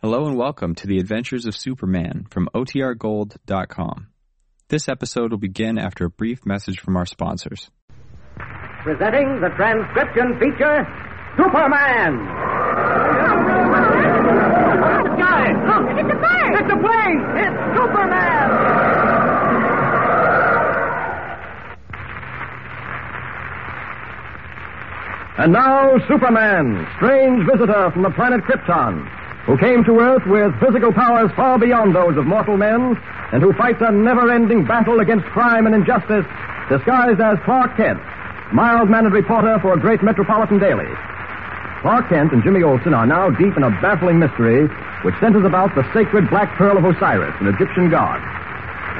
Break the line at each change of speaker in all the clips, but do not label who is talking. Hello and welcome to the Adventures of Superman from OTRGold.com. This episode will begin after a brief message from our sponsors.
Presenting the transcription feature Superman! Guys, look! It's a plane! It's a plane! It's Superman!
And now, Superman, strange visitor from the planet Krypton, who came to Earth with physical powers far beyond those of mortal men, and who fights a never ending battle against crime and injustice, disguised as Clark Kent, mild mannered reporter for a great metropolitan daily. Clark Kent and Jimmy Olsen are now deep in a baffling mystery which centers about the sacred black pearl of Osiris, an Egyptian god.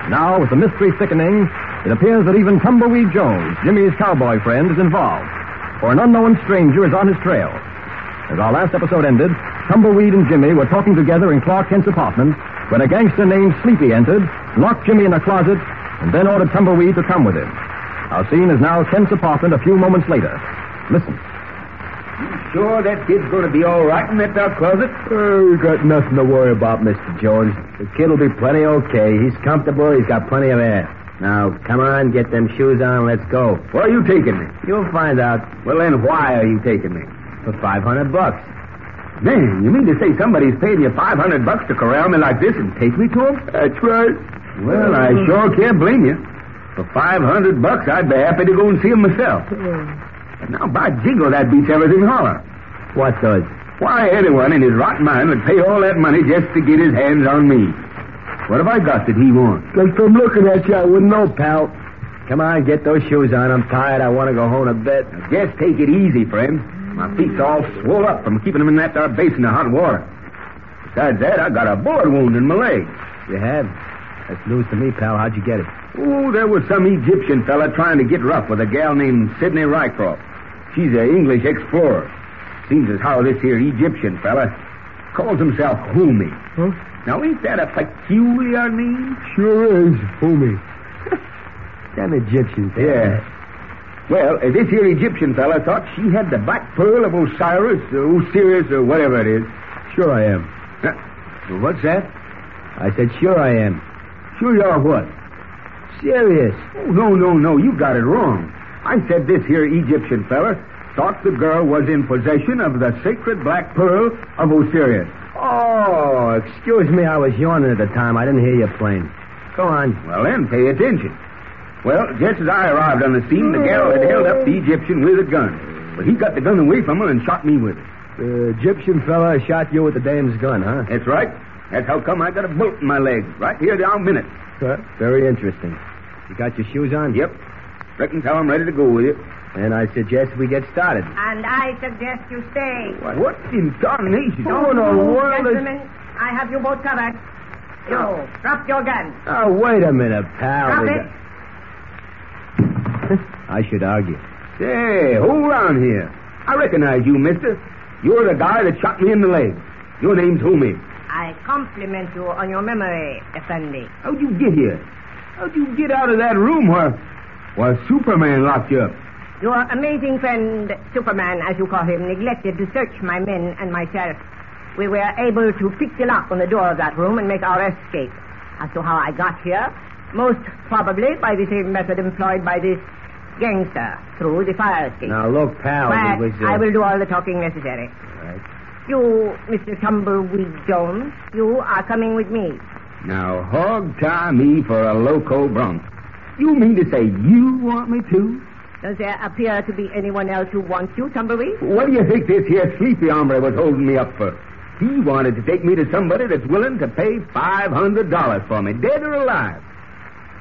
Now, with the mystery thickening, it appears that even Tumbleweed Jones, Jimmy's cowboy friend, is involved, for an unknown stranger is on his trail. As our last episode ended, Tumbleweed and Jimmy were talking together in Clark Kent's apartment when a gangster named Sleepy entered, locked Jimmy in a closet, and then ordered Tumbleweed to come with him. Our scene is now Kent's apartment a few moments later. Listen.
Sure, that kid's going to be all right in that dark closet.
Oh, you got nothing to worry about, Mr. Jones. The kid'll be plenty okay. He's comfortable. He's got plenty of air. Now, come on, get them shoes on. Let's go.
Where are you taking me?
You'll find out.
Well, then, why are you taking me?
For five hundred bucks.
Man, you mean to say somebody's paying you five hundred bucks to corral me like this and take me to him?
That's right.
Well, I sure can't blame you. For five hundred bucks, I'd be happy to go and see him myself. And now, by jingo, that beats everything holler.
What does?
Why anyone in his rotten mind would pay all that money just to get his hands on me? What have I got that he wants?
Because from looking at you, I wouldn't know, pal. Come on, get those shoes on. I'm tired. I want to go home to bed.
Now, just take it easy, friend. My feet's all swole up from keeping them in that there basin of hot water. Besides that, I got a bullet wound in my leg.
You have? That's news to me, pal. How'd you get it?
Oh, there was some Egyptian fella trying to get rough with a gal named Sidney Rycroft. She's an English explorer. Seems as how this here Egyptian fella calls himself Humi.
Huh?
Now, ain't that a peculiar name?
Sure is. Homie. An Egyptian. pal.
Yeah. Well, uh, this here Egyptian fella thought she had the black pearl of Osiris, or Osiris, or whatever it is.
Sure I am.
Huh?
What's that? I said, sure I am.
Sure you are what?
Serious.
Oh, no, no, no. You got it wrong. I said this here Egyptian fella thought the girl was in possession of the sacred black pearl of Osiris.
Oh, excuse me. I was yawning at the time. I didn't hear you plain. Go on.
Well, then, pay attention. Well, just as I arrived on the scene, the gal had held up the Egyptian with a gun. But he got the gun away from her and shot me with it.
The Egyptian fella shot you with the dame's gun, huh?
That's right. That's how come I got a bullet in my leg right here down minute.
Very interesting. You got your shoes on?
Yep. Reckon how I'm ready to go with you.
And I suggest we get started.
And I suggest you stay.
Why, what in darnation?
Oh, no. world is-
Gentlemen, I have you both covered. You, drop your gun.
Oh, wait a minute, pal.
Drop
We
it.
got- I should argue.
Say, hold on here. I recognize you, mister. You're the guy that shot me in the leg. Your name's Homie.
I compliment you on your memory, Effendi.
How'd you get here? How'd you get out of that room where, where Superman locked you up?
Your amazing friend, Superman, as you call him, neglected to search my men and myself. We were able to pick the lock on the door of that room and make our escape. As to how I got here, most probably by the same method employed by this gangster through the fire escape.
Now, look, pal. it
But
was, uh,
I will do all the talking necessary.
right.
You, Mr. Tumbleweed Jones, you are coming with me.
Now, hog tie me for a loco bronc. You mean to say you want me to?
Does there appear to be anyone else who wants you, Tumbleweed?
What do you think this here sleepy hombre was holding me up for? He wanted to take me to somebody that's willing to pay $500 for me, dead or alive.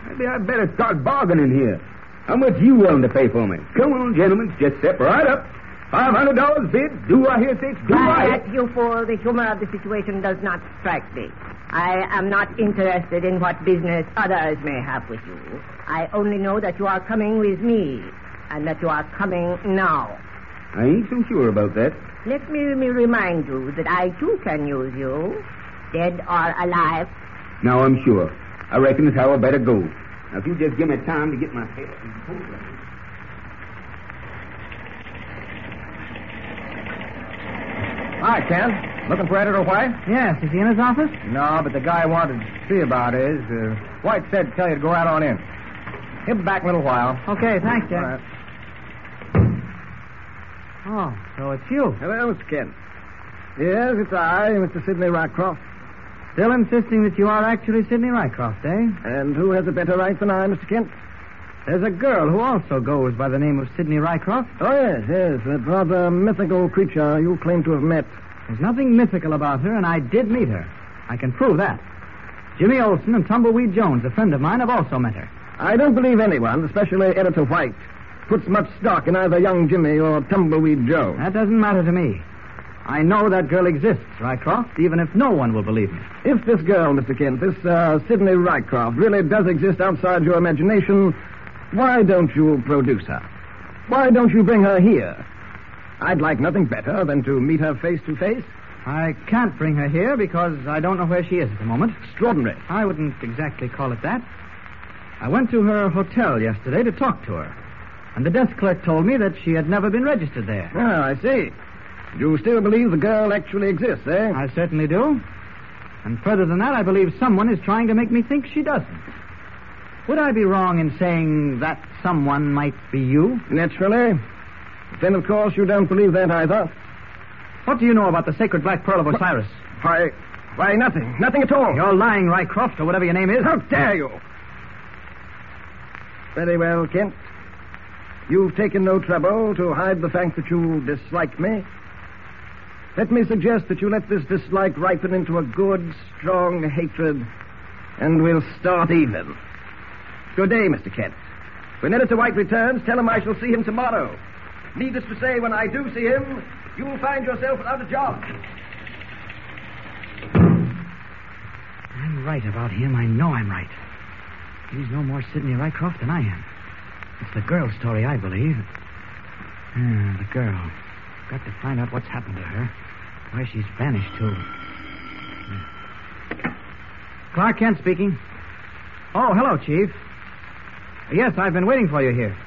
Maybe I'd better start bargaining here. How much you willing to pay for me? Come on, gentlemen, just step right up. $500 bid, do I hear six, do I
Why,
hear...
at you for the humor of the situation does not strike me. I am not interested in what business others may have with you. I only know that you are coming with me, and that you are coming now.
I ain't so sure about that.
Let me, me remind you that I too can use you, dead or alive.
Now I'm sure. I reckon that's how I better go. Now, if you just give me time to get my head and coat ready.
Hi, Ken.
Looking for Editor White?
Yes, is he in his office?
No, but the guy I wanted to see about is. Uh, White said to tell you to go right on in. He'll be back in a little while.
Okay, thanks,
All right.
Jack. Oh, so it's you.
Hello, Mr. Kent. Yes, it's I, Mr. Sidney Rockcroft.
Still insisting that you are actually Sidney Rycroft, eh?
And who has a better right than I, Mr. Kent?
There's a girl who also goes by the name of Sidney Rycroft.
Oh, yes, yes, that rather mythical creature you claim to have met.
There's nothing mythical about her, and I did meet her. I can prove that. Jimmy Olson and Tumbleweed Jones, a friend of mine, have also met her.
I don't believe anyone, especially Editor White, puts much stock in either young Jimmy or Tumbleweed Joe.
That doesn't matter to me. I know that girl exists, Rycroft, even if no one will believe me.
If this girl, Mr. Kent, this uh, Sidney Rycroft, really does exist outside your imagination, why don't you produce her? Why don't you bring her here? I'd like nothing better than to meet her face to face.
I can't bring her here because I don't know where she is at the moment.
Extraordinary.
I wouldn't exactly call it that. I went to her hotel yesterday to talk to her, and the desk clerk told me that she had never been registered there.
Ah, I see. You still believe the girl actually exists, eh?
I certainly do. And further than that, I believe someone is trying to make me think she doesn't. Would I be wrong in saying that someone might be you?
Naturally. Then, of course, you don't believe that either.
What do you know about the sacred black pearl of Osiris?
Why, why, nothing. Nothing at all.
You're lying, Rycroft, or whatever your name is.
How dare you? Very well, Kent. You've taken no trouble to hide the fact that you dislike me. Let me suggest that you let this dislike ripen into a good, strong hatred, and we'll start even. Good day, Mr. Kent. When Editor White returns, tell him I shall see him tomorrow. Needless to say, when I do see him, you'll find yourself without a job.
I'm right about him. I know I'm right. He's no more Sidney Rycroft than I am. It's the girl story, I believe. Ah, the girl. Got to find out what's happened to her. Where she's vanished to. Hmm. Clark Kent speaking. Oh, hello, Chief. Yes, I've been waiting for you here.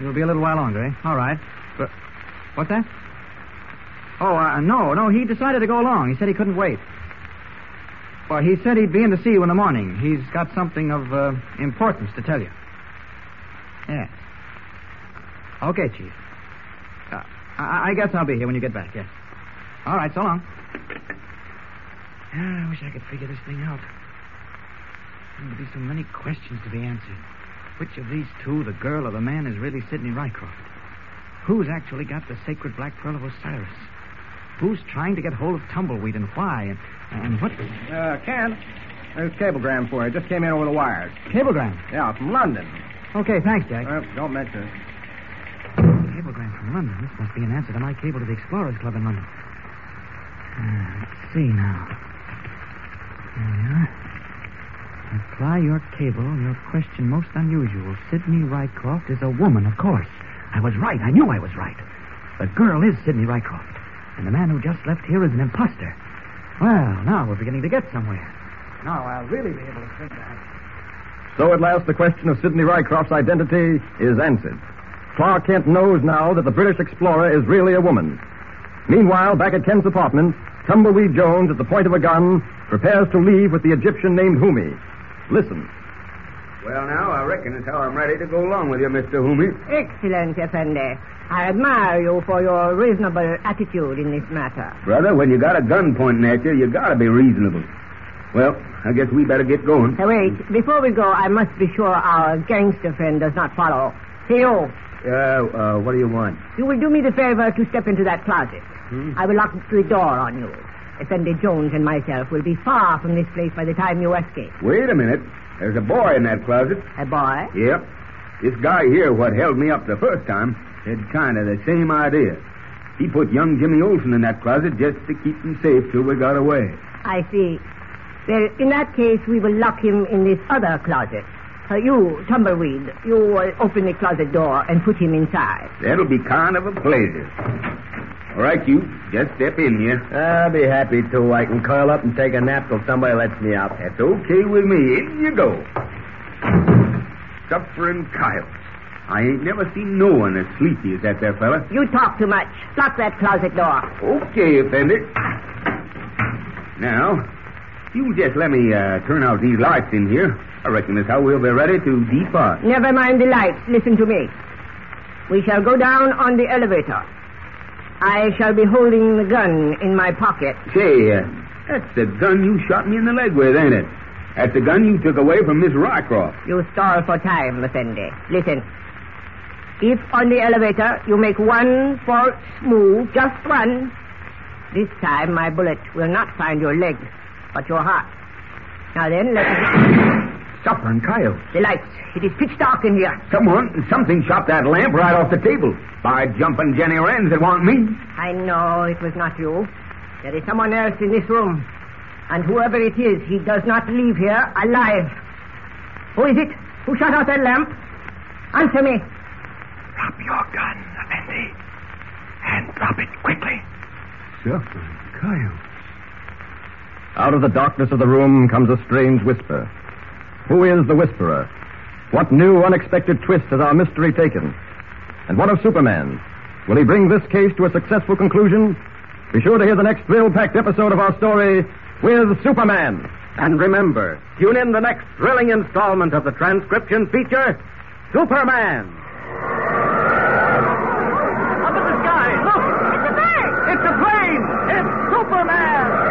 You'll be a little while longer, eh? All right. But what's that? Oh, uh, no, no. He decided to go along. He said he couldn't wait. Well, he said he'd be in to see you in the morning. He's got something of uh, importance to tell you. Yes. Okay, Chief. Uh, I-, I guess I'll be here when you get back, yes. All right, so long. Ah, I wish I could figure this thing out. There'll be so many questions to be answered. Which of these two, the girl or the man, is really Sidney Rycroft? Who's actually got the sacred black pearl of Osiris? Who's trying to get hold of Tumbleweed and why? And, and what
Uh, Kent, there's a cablegram for you. Just came in over the wires.
Cablegram.
Yeah, from London.
Okay, thanks, Jack.
Uh, don't mention it.
cablegram from London. This must be an answer to my cable to the Explorers Club in London. Uh, let's see now. There we are. Apply your cable. Your question most unusual. Sidney Rycroft is a woman, of course. I was right. I knew I was right. The girl is Sidney Rycroft. And the man who just left here is an imposter. Well, now we're beginning to get somewhere. Now I'll really be able to figure out.
So at last, the question of Sidney Rycroft's identity is answered. Clark Kent knows now that the British explorer is really a woman. Meanwhile, back at Kent's apartment, Tumbleweed Jones, at the point of a gun, prepares to leave with the Egyptian named Humi. Listen.
Well, now, I reckon that's how I'm ready to go along with you, Mr. Hoomy.
Excellent, Effendi. I admire you for your reasonable attitude in this matter.
Brother, when you got a gun pointing at you, you gotta be reasonable. Well, I guess we better get going.
Hey, wait. Before we go, I must be sure our gangster friend does not follow. Theo,
Uh, uh, what do you want?
you will do me the favor to step into that closet. I will lock the door on you. Effendi Jones and myself will be far from this place by the time you escape.
Wait a minute. There's a boy in that closet.
A boy?
Yep. This guy here, what held me up the first time, had kind of the same idea. He put young Jimmy Olsen in that closet just to keep him safe till we got away.
I see. Well, in that case, we will lock him in this other closet. Uh, you, Tumbleweed, you uh, open the closet door and put him inside.
That'll be kind of a pleasure. All right, you. Just step in here.
I'll be happy to. I can curl up and take a nap till somebody lets me out.
That's okay with me. In you go. Suffering coyotes.
I ain't never seen no one as sleepy as that there fella.
You talk too much. Lock that closet door.
Okay, Fender. Now, you just let me uh, turn out these lights in here. I reckon that's how we'll be ready to depart.
Never mind the lights. Listen to me. We shall go down on the elevator. I shall be holding the gun in my pocket.
Say, uh, that's the gun you shot me in the leg with, ain't it? That's the gun you took away from Miss Rycroft.
You stall for time, Effendi. Listen. If on the elevator you make one false move, just one, this time my bullet will not find your leg, but your heart. Now then, let us...
Suffering coyote.
The lights. It is pitch dark in here.
Someone, something shot that lamp right off the table. By jumping Jenny Wren's, it wasn't me.
I know it was not you. There is someone else in this room. And whoever it is, he does not leave here alive. Who is it? Who shut out that lamp? Answer me.
Drop your gun, Effendi. And drop it quickly.
Suffering coyote.
Out of the darkness of the room comes a strange whisper. Who is the whisperer? What new unexpected twist has our mystery taken? And what of Superman? Will he bring this case to a successful conclusion? Be sure to hear the next thrill-packed episode of our story, with Superman.
And remember, tune in the next thrilling installment of the transcription feature, Superman.
Up in the sky! Look! It's a bird! It's a plane! It's Superman!